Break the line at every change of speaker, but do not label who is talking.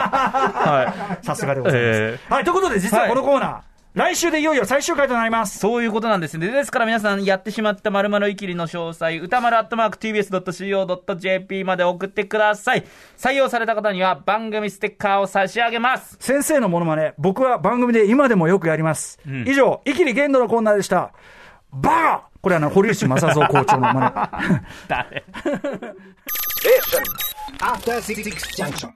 はい。
さすがでございます。
え
はい、ということで、実はこのコーナー、来週でいよいよ最終回となります。
そういうことなんですね。ですから皆さん、やってしまった〇〇いきりの詳細、歌丸アットマーク tbs.co.jp まで送ってください。採用された方には番組ステッカーを差し上げます。
先生のモノマネ、僕は番組で今でもよくやります。
ん
以上、イキリ限度のコーナーでした。バカこれあの、堀内正蔵校長のマネ。
誰
After Six Junction.